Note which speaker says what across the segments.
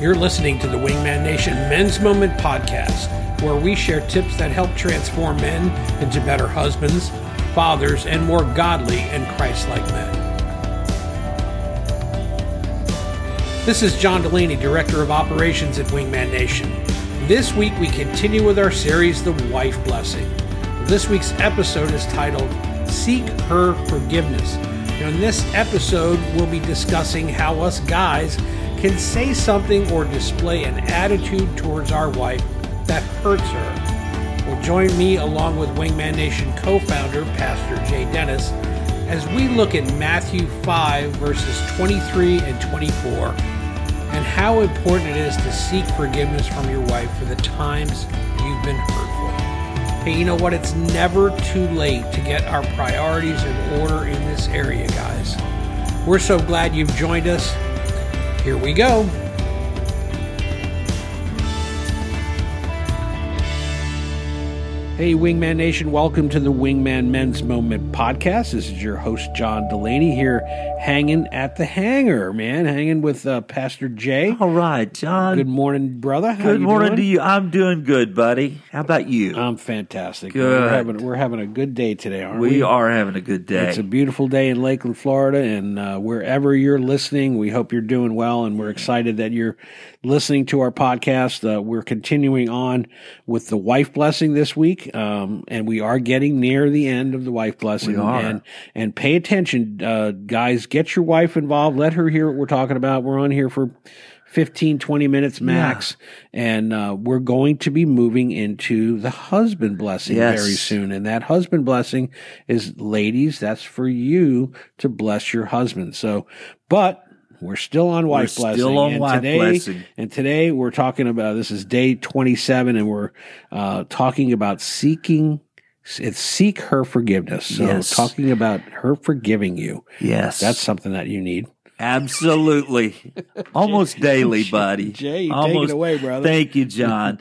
Speaker 1: You're listening to the Wingman Nation Men's Moment podcast, where we share tips that help transform men into better husbands, fathers, and more godly and Christ like men. This is John Delaney, Director of Operations at Wingman Nation. This week, we continue with our series, The Wife Blessing. This week's episode is titled Seek Her Forgiveness. And in this episode, we'll be discussing how us guys can say something or display an attitude towards our wife that hurts her. Well, join me along with Wingman Nation co founder, Pastor Jay Dennis, as we look at Matthew 5, verses 23 and 24, and how important it is to seek forgiveness from your wife for the times you've been hurtful. Hey, you know what? It's never too late to get our priorities in order in this area, guys. We're so glad you've joined us. Here we go. Hey, Wingman Nation, welcome to the Wingman Men's Moment podcast. This is your host, John Delaney, here hanging at the hangar, man, hanging with uh, Pastor Jay.
Speaker 2: All right, John.
Speaker 1: Good morning, brother. How
Speaker 2: Good
Speaker 1: you
Speaker 2: morning
Speaker 1: doing? Uh,
Speaker 2: to you. I'm doing good, buddy. How about you?
Speaker 1: I'm fantastic. We're
Speaker 2: Good.
Speaker 1: having, we're having a good day today, aren't we?
Speaker 2: we are having a good day.
Speaker 1: It's a beautiful day in Lakeland, Florida, and uh, wherever you're listening, we hope you're doing well, and we're excited that you're listening to our podcast. Uh, we're continuing on with the wife blessing this week, um, and we are getting near the end of the wife blessing.
Speaker 2: We are.
Speaker 1: And and pay attention, uh, guys. Get your wife involved. Let her hear what we're talking about. We're on here for. 15 20 minutes max and uh, we're going to be moving into the husband blessing
Speaker 2: Yes.
Speaker 1: very soon and that husband blessing is ladies that's for you to bless your husband so but we're still on wife
Speaker 2: still
Speaker 1: blessing
Speaker 2: on
Speaker 1: and
Speaker 2: wife
Speaker 1: today
Speaker 2: blessing.
Speaker 1: and today we're talking about this is day 27 and we're uh, talking about seeking it's seek her forgiveness so
Speaker 2: Yes.
Speaker 1: talking about her forgiving you
Speaker 2: yes.
Speaker 1: that's something that you need
Speaker 2: absolutely almost daily, buddy.
Speaker 1: Jay, take it
Speaker 2: almost,
Speaker 1: away, brother.
Speaker 2: Thank you, John.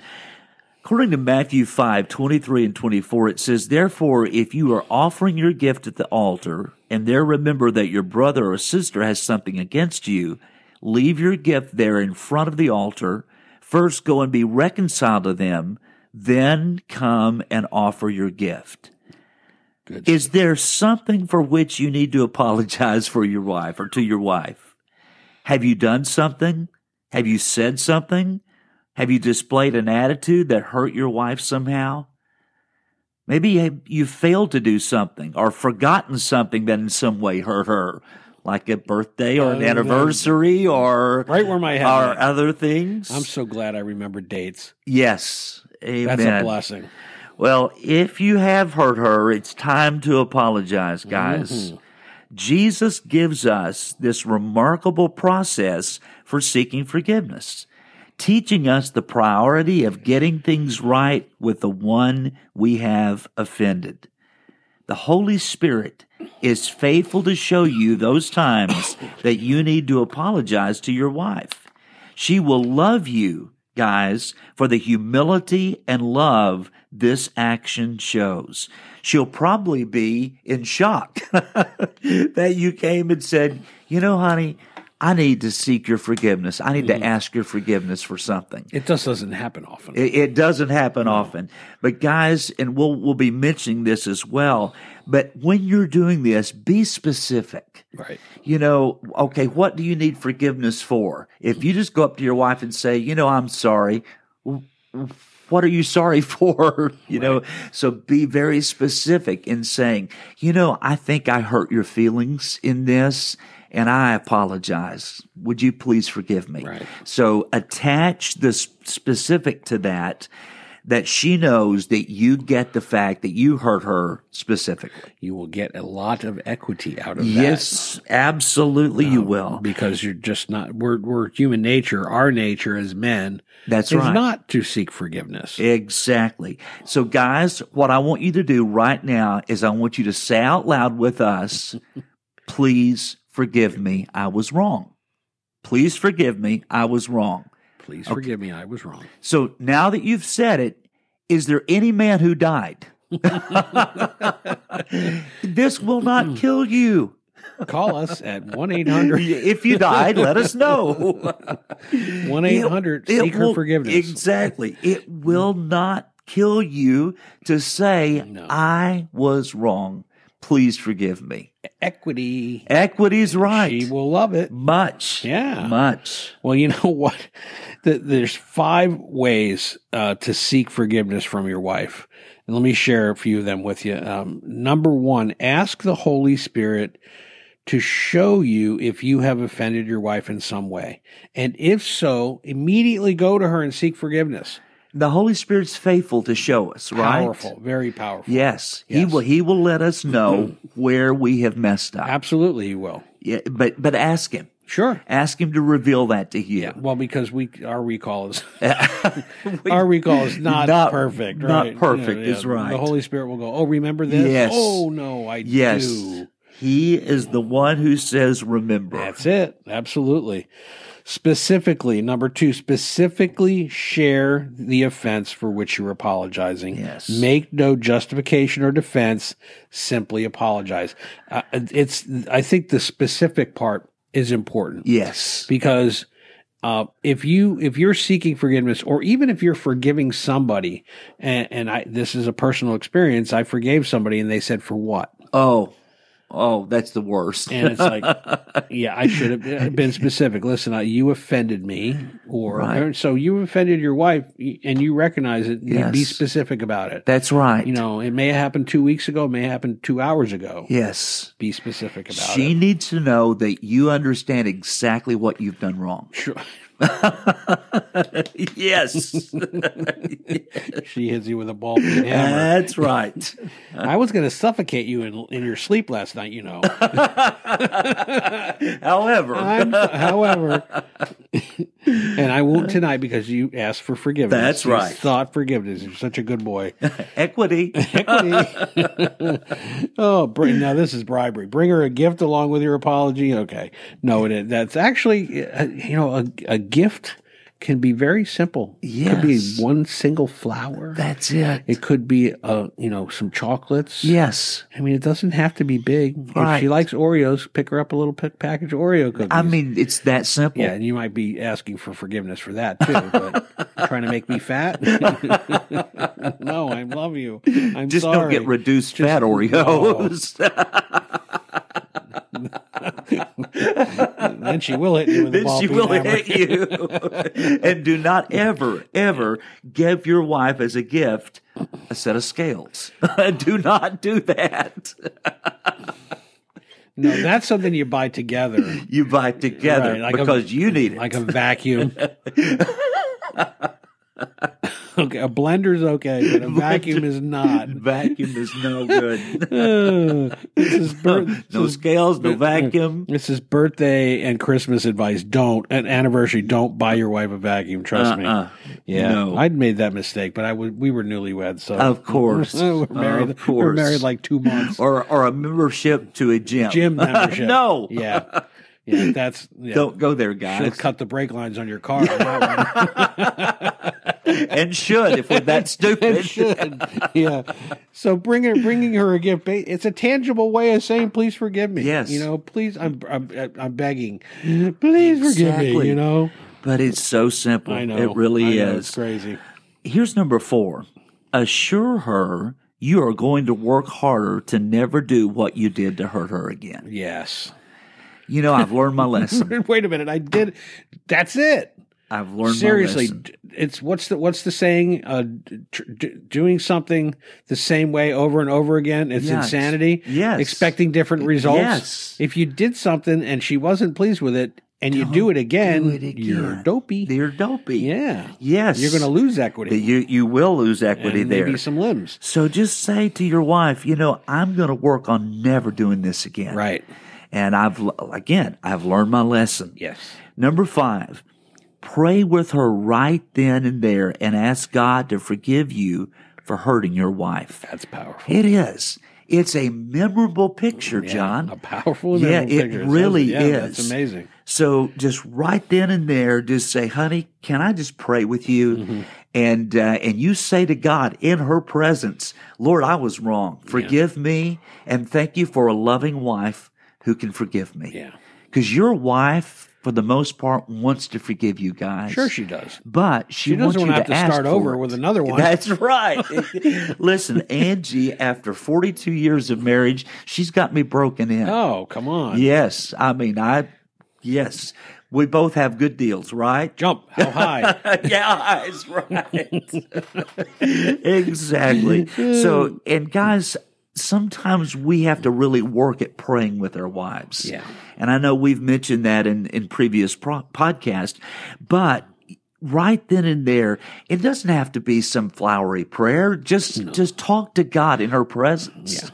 Speaker 2: According to Matthew 5, 23 and 24, it says, Therefore, if you are offering your gift at the altar, and there remember that your brother or sister has something against you, leave your gift there in front of the altar. First go and be reconciled to them, then come and offer your gift.
Speaker 1: Good.
Speaker 2: Is there something for which you need to apologize for your wife or to your wife? Have you done something? Have you said something? Have you displayed an attitude that hurt your wife somehow? Maybe you- you failed to do something or forgotten something that in some way hurt her, like a birthday or an
Speaker 1: Oh, yeah.
Speaker 2: anniversary or
Speaker 1: right where my head
Speaker 2: or
Speaker 1: went.
Speaker 2: other things.
Speaker 1: i'm so glad i remember dates
Speaker 2: yes, amen.
Speaker 1: that's a blessing
Speaker 2: Well, if you have hurt her, it's time to apologize, guys. Jesus gives us this remarkable process for seeking forgiveness, teaching us the priority of getting things right with the one we have offended. The Holy Spirit is faithful to show you those times that you need to apologize to your wife. She will love you, guys, for the humility and love this action shows. She'll probably be in shock that you came and said, You know, honey, I need to seek your forgiveness. I need to ask your forgiveness for something.
Speaker 1: it just doesn't happen often
Speaker 2: It, it doesn't happen often. But guys, and we'll we'll be mentioning this as well. But when you're doing this, be specific.
Speaker 1: right
Speaker 2: You know, okay, what do you need forgiveness for? If you just go up to your wife and say, you know, I'm sorry, w- w- what are you sorry for? you know, so be very specific in saying, you know, I think I hurt your feelings in this and I apologize. Would you please forgive me?
Speaker 1: Right.
Speaker 2: So attach the s- specific to that, that she knows that you get the fact that you hurt her specifically.
Speaker 1: you will get a lot of equity out of that
Speaker 2: Yes, absolutely, you will.
Speaker 1: because you're just not we're we're human nature our nature as men
Speaker 2: That's
Speaker 1: is
Speaker 2: right.
Speaker 1: not to seek forgiveness
Speaker 2: Exactly. So, guys, what I want you to do right now is I want you to say out loud with us, please forgive me, I was wrong. Please forgive me, I was wrong.
Speaker 1: please forgive me i was wrong
Speaker 2: So, now that you've said it, is there any man who died? this will not kill you.
Speaker 1: Call us at 1 800
Speaker 2: if you died, let us know.
Speaker 1: 1 800
Speaker 2: It- it
Speaker 1: Seek Her
Speaker 2: will-
Speaker 1: Forgiveness. Mm.
Speaker 2: Exactly. It will not kill you to say,
Speaker 1: No.
Speaker 2: I was wrong. Please forgive me.
Speaker 1: Equity.
Speaker 2: Equity's right.
Speaker 1: She will love it.
Speaker 2: Much.
Speaker 1: Yeah.
Speaker 2: Much.
Speaker 1: Well, you know what? Th- There's five ways uh, to seek forgiveness from your wife. And let me share a few of them with you. Um, number one, ask the Holy Spirit to show you if you have offended your wife in some way. And if so, immediately go to her and seek forgiveness.
Speaker 2: The Holy Spirit's faithful to show us, right?
Speaker 1: Powerful, very powerful.
Speaker 2: Yes. He
Speaker 1: Yes. Mm-hmm.
Speaker 2: will he will let us know where we have messed up.
Speaker 1: Absolutely, you will.
Speaker 2: Yeah, but but ask him.
Speaker 1: Sure.
Speaker 2: Ask him to reveal that to you.
Speaker 1: Well, because we our recall is our recall is not,
Speaker 2: Not-
Speaker 1: perfect.
Speaker 2: not
Speaker 1: right?
Speaker 2: perfect is right.
Speaker 1: The Holy Spirit will go. Oh, remember this?
Speaker 2: Yes.
Speaker 1: Oh no, I
Speaker 2: Yes.
Speaker 1: do.
Speaker 2: He is the one who says remember.
Speaker 1: That's it. Absolutely. Specifically, number two, specifically share the offense for which you're apologizing.
Speaker 2: Yes.
Speaker 1: Make no justification or defense. Simply apologize. Uh, it's. I think the specific part is important.
Speaker 2: yes.
Speaker 1: because uh, if you if you're seeking forgiveness or even if you're forgiving somebody and, and I this is a personal experience I forgave somebody and they said for what
Speaker 2: Oh. Oh, that's the worst.
Speaker 1: and it's like yeah I should have been specific listen I, you offended me or,
Speaker 2: Right.
Speaker 1: or- so you offended your wife and you recognize it
Speaker 2: Yes.
Speaker 1: be specific about it
Speaker 2: that's right.
Speaker 1: you know it may have happened 2 weeks ago it may have happened 2 hours ago
Speaker 2: yes.
Speaker 1: be specific about
Speaker 2: She
Speaker 1: it
Speaker 2: needs to know that you understand exactly what you've done wrong.
Speaker 1: sure
Speaker 2: yes.
Speaker 1: she hits you with a ball peen hammer
Speaker 2: that's right.
Speaker 1: I was going to suffocate you in in your sleep last night you know
Speaker 2: However,
Speaker 1: I'm, however, and I won't tonight because you asked for forgiveness.
Speaker 2: That's
Speaker 1: You
Speaker 2: right.
Speaker 1: Thought forgiveness. You're such a good boy.
Speaker 2: equity.
Speaker 1: oh, bring, now this is bribery. Bring her a gift along with your apology. Okay. No, it, that's actually, uh, you know, a, a gift can be very simple. It could be
Speaker 2: Yes.
Speaker 1: one single flower.
Speaker 2: That's it.
Speaker 1: it could be, uh, you know, some chocolates.
Speaker 2: Yes.
Speaker 1: I mean, it doesn't have to be big. If she
Speaker 2: Right.
Speaker 1: likes Oreos, pick her up a little pick package of Oreo cookies.
Speaker 2: I mean, it's that simple.
Speaker 1: Yeah, and you might be asking for forgiveness for that too. But trying to make me fat? no, I love you. I'm
Speaker 2: Just
Speaker 1: sorry.
Speaker 2: don't get reduced fat Oreos.
Speaker 1: then she will hit you with a
Speaker 2: then
Speaker 1: ball
Speaker 2: she
Speaker 1: peen
Speaker 2: will
Speaker 1: hammer.
Speaker 2: hit you. and do not ever, ever give your wife as a gift a set of scales. do not do that.
Speaker 1: No, that's something you buy together,
Speaker 2: You buy together
Speaker 1: Right, like a-
Speaker 2: because you need it.
Speaker 1: like a vacuum. okay, a blender's okay, but a vacuum is not.
Speaker 2: Vacuum is no good.
Speaker 1: Uh, this is birth.
Speaker 2: no scales, no vacuum.
Speaker 1: This is birthday and Christmas advice. Don't an anniversary. Don't buy your wife a vacuum. Trust me.
Speaker 2: Uh-uh.
Speaker 1: Yeah,
Speaker 2: No.
Speaker 1: I'd made that mistake, but I was we were newlyweds, so
Speaker 2: Of course.
Speaker 1: we're married.
Speaker 2: Of
Speaker 1: we were
Speaker 2: course.
Speaker 1: married like two months.
Speaker 2: or, or a membership to a gym.
Speaker 1: Gym membership.
Speaker 2: no.
Speaker 1: yeah, yeah, that's yeah.
Speaker 2: Don't go there,
Speaker 1: She'll
Speaker 2: guys.
Speaker 1: cut the brake lines on your car. on that one.
Speaker 2: and should if we're that
Speaker 1: It
Speaker 2: stupid.
Speaker 1: should. yeah. So bringing her, bringing her a gift, ba- it's a tangible way of saying, "Please forgive me."
Speaker 2: Yes.
Speaker 1: you know, please, I'm I'm, I'm begging, please forgive me.
Speaker 2: Exactly.
Speaker 1: You know,
Speaker 2: But it's so simple.
Speaker 1: I know
Speaker 2: It really
Speaker 1: I know, It's
Speaker 2: is.
Speaker 1: crazy.
Speaker 2: Here's number four assure her you are going to work harder to never do what you did to hurt her again.
Speaker 1: Yes.
Speaker 2: You know, I've learned my lesson.
Speaker 1: Wait a minute. I did. That's it.
Speaker 2: I've learned my
Speaker 1: seriously
Speaker 2: lesson.
Speaker 1: d- it's what's the what's the saying uh d- tr- d- doing something the same way over and over again it's
Speaker 2: Yes.
Speaker 1: insanity
Speaker 2: Yes.
Speaker 1: expecting different results
Speaker 2: Yes.
Speaker 1: if you did something and she wasn't pleased with it and you do it again,
Speaker 2: do it again.
Speaker 1: you're dopey
Speaker 2: They're dopey.
Speaker 1: yeah
Speaker 2: Yes.
Speaker 1: you're going to lose equity
Speaker 2: You, you will lose equity
Speaker 1: and
Speaker 2: there.
Speaker 1: maybe some limbs
Speaker 2: So just say to your wife, you know, I'm going to work on never doing this again.
Speaker 1: right
Speaker 2: And I've, l- again, I've learned my lesson.
Speaker 1: yes
Speaker 2: Number five, pray with her right then and there and ask God to forgive you for hurting your wife.
Speaker 1: that's powerful
Speaker 2: It is. It's a memorable picture, John.
Speaker 1: a powerful
Speaker 2: Yeah,
Speaker 1: mental
Speaker 2: it
Speaker 1: picture.
Speaker 2: really
Speaker 1: yeah, that's
Speaker 2: is.
Speaker 1: amazing
Speaker 2: So just right then and there, just say, honey, can I just pray with you?
Speaker 1: Mm-hmm.
Speaker 2: And, uh, and you say to God in her presence, Lord, I was wrong. Forgive me and thank you for a loving wife who can forgive me.
Speaker 1: Yeah.
Speaker 2: Because your wife, for the most part, wants to forgive you guys.
Speaker 1: Sure, she does.
Speaker 2: But she,
Speaker 1: She
Speaker 2: wants
Speaker 1: doesn't
Speaker 2: you
Speaker 1: want to have to
Speaker 2: ask
Speaker 1: start
Speaker 2: for
Speaker 1: over
Speaker 2: it.
Speaker 1: with another one.
Speaker 2: That's right. Listen, Angie, after 42 years of marriage, she's got me broken in.
Speaker 1: Oh, come on.
Speaker 2: Yes. I mean, I, yes, we both have good deals, right?
Speaker 1: Jump. How high?
Speaker 2: yeah, that's right. exactly. So, and guys, sometimes we have to really work at praying with our wives.
Speaker 1: Yeah.
Speaker 2: And I know we've mentioned that in, in previous pro- podcast, but right then and there, it doesn't have to be some flowery prayer. Just, just talk to God in her presence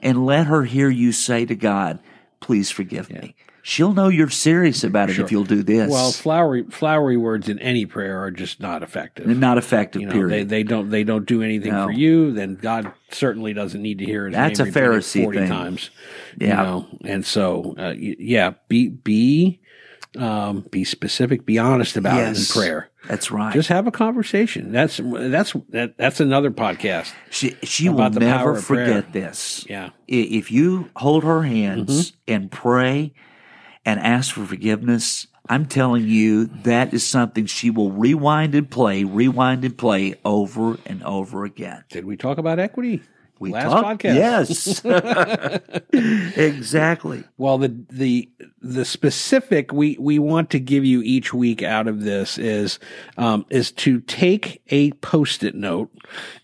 Speaker 2: and let her hear you say to God, please forgive me. She'll know you're serious about it if you'll do this.
Speaker 1: well, flowery flowery words in any prayer are just not effective.
Speaker 2: They're not effective.
Speaker 1: You know,
Speaker 2: Mm-hmm. period.
Speaker 1: they they don't they don't do anything
Speaker 2: No.
Speaker 1: for you. Then God certainly doesn't need to hear his
Speaker 2: That's
Speaker 1: name
Speaker 2: a
Speaker 1: repeated
Speaker 2: Pharisee
Speaker 1: forty
Speaker 2: thing.
Speaker 1: times.
Speaker 2: Yeah.
Speaker 1: you know? and so uh, y- yeah, be be um, be specific, be honest about
Speaker 2: Yes.
Speaker 1: it in prayer.
Speaker 2: That's right.
Speaker 1: Just have a conversation. That's that's that, that's another podcast.
Speaker 2: she she will
Speaker 1: about the power
Speaker 2: never
Speaker 1: of prayer.
Speaker 2: forget this.
Speaker 1: Yeah,
Speaker 2: I- If you hold her hands
Speaker 1: Mm-hmm.
Speaker 2: and pray and ask for forgiveness, I'm telling you that is something she will rewind and play, rewind and play over and over again.
Speaker 1: did we talk about equity?
Speaker 2: We
Speaker 1: Last
Speaker 2: talked-
Speaker 1: podcast.
Speaker 2: Yes. exactly.
Speaker 1: Well, the the the specific we we want to give you each week out of this is um, is to take a post-it note,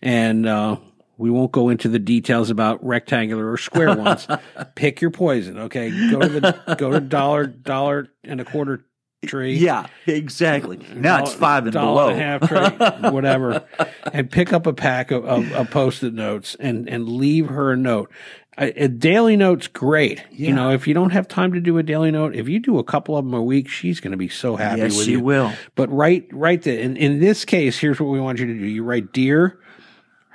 Speaker 1: and uh, we won't go into the details about rectangular or square ones. Pick your poison. Okay, go to the go to dollar dollar and a quarter tree.
Speaker 2: Yeah, exactly. Now it's
Speaker 1: dollar-
Speaker 2: five and
Speaker 1: dollar
Speaker 2: below.
Speaker 1: and a half trade, whatever, and pick up a pack of, of, of post-it notes and and leave her a note. A, a daily note's great. You know, if you don't have time to do a daily note, if you do a couple of them a week, she's going to be so happy
Speaker 2: yes,
Speaker 1: with
Speaker 2: she
Speaker 1: you.
Speaker 2: will.
Speaker 1: But write write the in, in this case, here's what we want you to do. You write dear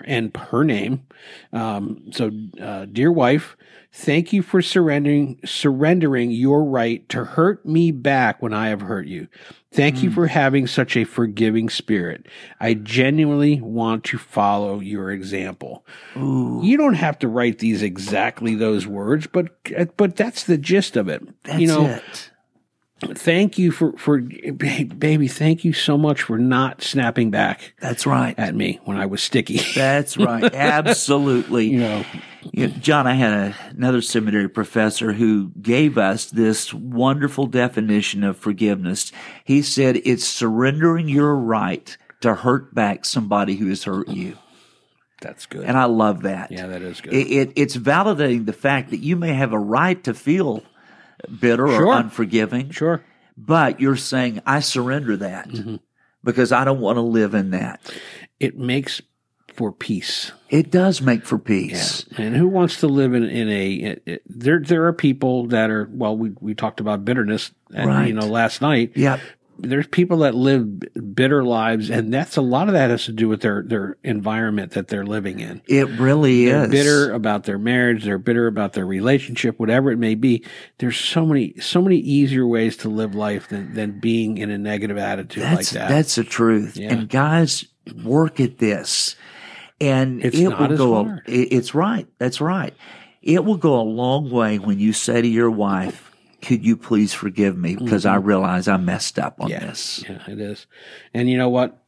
Speaker 1: and her name. Um, so uh, dear wife, thank you for surrendering surrendering your right to hurt me back when I have hurt you. Thank
Speaker 2: Hmm.
Speaker 1: you for having such a forgiving spirit. I genuinely want to follow your example.
Speaker 2: Ooh,
Speaker 1: You don't have to write these exactly those words, but but that's the gist of it.
Speaker 2: that's
Speaker 1: you know,
Speaker 2: it.
Speaker 1: thank you for for ba- baby thank you so much for not snapping back
Speaker 2: That's right.
Speaker 1: at me when i was sticky
Speaker 2: That's right. Absolutely.
Speaker 1: you know
Speaker 2: You know, John, I had a, another seminary professor who gave us this wonderful definition of forgiveness. He said it's surrendering your right to hurt back somebody who has hurt you.
Speaker 1: that's good
Speaker 2: And I love that.
Speaker 1: yeah that is good
Speaker 2: It, it, it's validating the fact that you may have a right to feel bitter
Speaker 1: Sure.
Speaker 2: or unforgiving,
Speaker 1: sure
Speaker 2: but you're saying, I surrender that
Speaker 1: Mm-hmm.
Speaker 2: because I don't want to live in that.
Speaker 1: it makes for peace
Speaker 2: It does make for peace.
Speaker 1: and who wants to live in, in a it, it- there there are people that are well we we talked about bitterness and
Speaker 2: Right.
Speaker 1: you know last night
Speaker 2: Yep.
Speaker 1: there's people that live bitter lives and that's a lot of that has to do with their their environment that they're living in
Speaker 2: It really
Speaker 1: They're
Speaker 2: is.
Speaker 1: bitter about their marriage. They're bitter about their relationship, whatever it may be. There's so many, so many easier ways to live life than, than being in a negative attitude
Speaker 2: That's
Speaker 1: like that.
Speaker 2: that's the truth.
Speaker 1: Yeah.
Speaker 2: And guys, work at this, and
Speaker 1: It's
Speaker 2: it
Speaker 1: not
Speaker 2: will
Speaker 1: as
Speaker 2: go. a-
Speaker 1: hard.
Speaker 2: it- it's right. That's right. It will go a long way when you say to your wife, "Could you please forgive me because I realize I messed up on
Speaker 1: Mm-hmm. Yeah.
Speaker 2: this."
Speaker 1: yeah, it is. And you know what?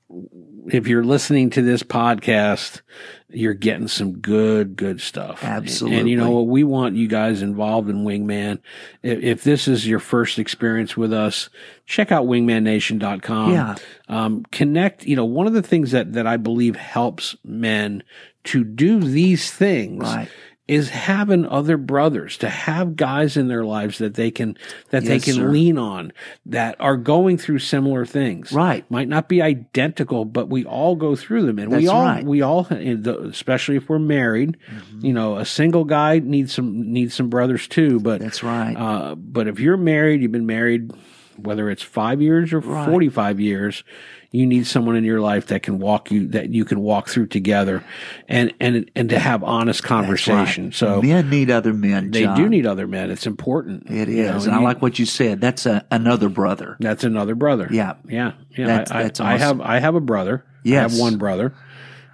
Speaker 1: If you're listening to this podcast, you're getting some good, good stuff. And- And
Speaker 2: Absolutely.
Speaker 1: you know what? We want you guys involved in Wingman. If, if this is your first experience with us, check out wingmannation.com.
Speaker 2: Yeah.
Speaker 1: um, connect you know one of the things that that i believe helps men to do these things
Speaker 2: Right.
Speaker 1: is having other brothers to have guys in their lives that they can that they
Speaker 2: Yes,
Speaker 1: can
Speaker 2: sir.
Speaker 1: lean on that are going through similar things
Speaker 2: Right.
Speaker 1: might not be identical but we all go through them and we
Speaker 2: That's
Speaker 1: all
Speaker 2: right. Mm-hmm.
Speaker 1: we all and the- especially if we're married you know a single guy needs some needs some brothers too but
Speaker 2: That's right.
Speaker 1: uh, but if you're married, you've been married, whether it's five years or
Speaker 2: Right.
Speaker 1: 45 years, you need someone in your life that can walk you, that you can walk through together and, and, and to have honest
Speaker 2: That's right.
Speaker 1: conversation. So
Speaker 2: men need other men.
Speaker 1: they
Speaker 2: John.
Speaker 1: do need other men. It's important.
Speaker 2: It
Speaker 1: You know,
Speaker 2: is,
Speaker 1: and
Speaker 2: and I
Speaker 1: you-
Speaker 2: like what you said. That's a, another brother.
Speaker 1: that's another brother.
Speaker 2: Yeah.
Speaker 1: Yeah. Yeah.
Speaker 2: That's-
Speaker 1: I, I-
Speaker 2: that's
Speaker 1: I have, I have a brother. I
Speaker 2: Yes.
Speaker 1: have one brother,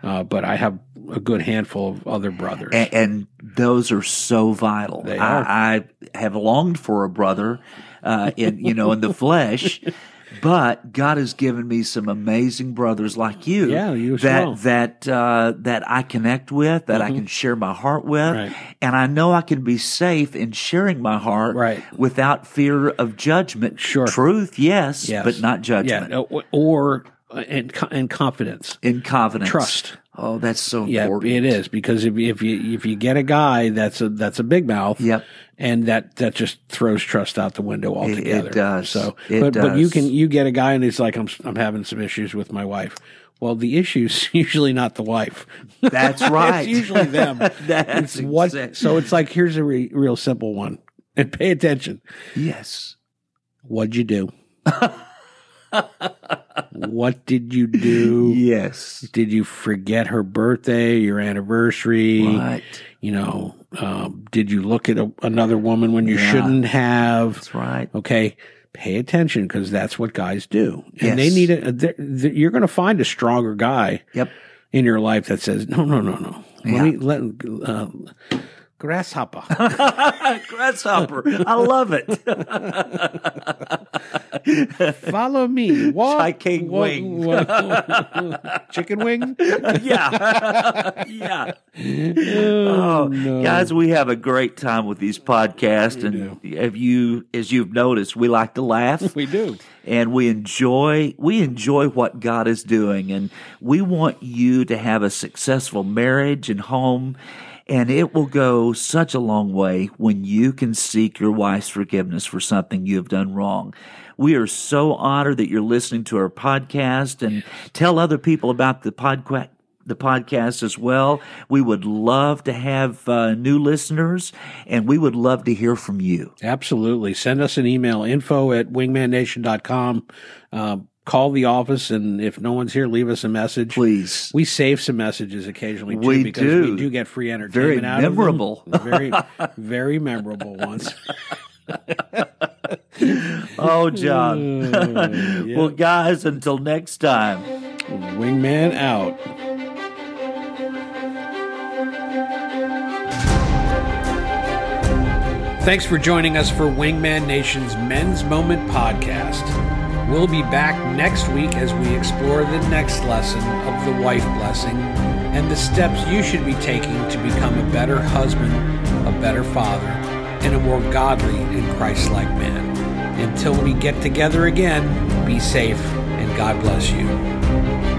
Speaker 1: uh, but I have a good handful of other brothers.
Speaker 2: and, and those are so vital.
Speaker 1: They are.
Speaker 2: I, I have longed for a brother, uh, in you know, in the flesh, but God has given me some amazing brothers like you.
Speaker 1: Yeah, you as
Speaker 2: that
Speaker 1: well. Mm-hmm.
Speaker 2: that uh, that I connect with, that I can share my heart with,
Speaker 1: Right.
Speaker 2: and I know I can be safe in sharing my heart,
Speaker 1: Right.
Speaker 2: without fear of judgment.
Speaker 1: Sure.
Speaker 2: truth, yes,
Speaker 1: Yes.
Speaker 2: but not
Speaker 1: yeah,
Speaker 2: judgment.
Speaker 1: uh, or and co- and confidence.
Speaker 2: In confidence,
Speaker 1: Trust.
Speaker 2: Oh, that's so
Speaker 1: Yeah,
Speaker 2: important.
Speaker 1: it is because if, if you if you get a guy that's a that's a big mouth,
Speaker 2: Yep.
Speaker 1: and that that just throws trust out the window altogether.
Speaker 2: does.
Speaker 1: So,
Speaker 2: It
Speaker 1: but but you
Speaker 2: does.
Speaker 1: can you get a guy and he's like, I'm I'm having some issues with my wife. Well, the issue's usually not the wife.
Speaker 2: That's
Speaker 1: it's
Speaker 2: right.
Speaker 1: usually them.
Speaker 2: That's
Speaker 1: It's what.
Speaker 2: exact-
Speaker 1: So it's like here's a re, real simple one, and pay attention.
Speaker 2: Yes.
Speaker 1: What'd you do? what did you do?
Speaker 2: Yes.
Speaker 1: Did you forget her birthday, your anniversary?
Speaker 2: Right.
Speaker 1: You know, um, did you look at a, another woman when you
Speaker 2: Yeah.
Speaker 1: shouldn't have?
Speaker 2: That's right.
Speaker 1: Okay, pay attention because that's what guys do, and they
Speaker 2: Yes.
Speaker 1: need a. they're- they're- You're going to find a stronger guy
Speaker 2: Yep.
Speaker 1: in your life that says, "No, no, no, no.
Speaker 2: Yeah.
Speaker 1: Let me let uh, grasshopper."
Speaker 2: Grasshopper. I love it.
Speaker 1: Follow me. What?
Speaker 2: Chicken
Speaker 1: what-
Speaker 2: wing.
Speaker 1: what- chicken wing?
Speaker 2: yeah. yeah.
Speaker 1: Oh,
Speaker 2: Oh, guys, we have a great time with these podcasts. and if you, as you've noticed, we like to laugh
Speaker 1: We do.
Speaker 2: and we enjoy, we enjoy what God is doing. And we want you to have a successful marriage and home. And it will go such a long way when you can seek your wife's forgiveness for something you have done wrong. We are so honored that you're listening to our podcast and tell other people about the podcast the podcast as well. We would love to have uh, new listeners and we would love to hear from you.
Speaker 1: Absolutely. Send us an email info at wingmannation.com. Um, call the office, and if no one's here, leave us a message.
Speaker 2: Please.
Speaker 1: We save some messages occasionally too
Speaker 2: We
Speaker 1: because
Speaker 2: do.
Speaker 1: we do get free entertainment
Speaker 2: Very
Speaker 1: out of them.
Speaker 2: memorable.
Speaker 1: Very, very memorable ones.
Speaker 2: Oh, John. Well, guys, until next time.
Speaker 1: Wingman out. Thanks for joining us for Wingman Nation's Men's Moment podcast. We'll be back next week as we explore the next lesson of the wife blessing and the steps you should be taking to become a better husband, a better father, and a more godly and Christ like man. Until we get together again, be safe and God bless you.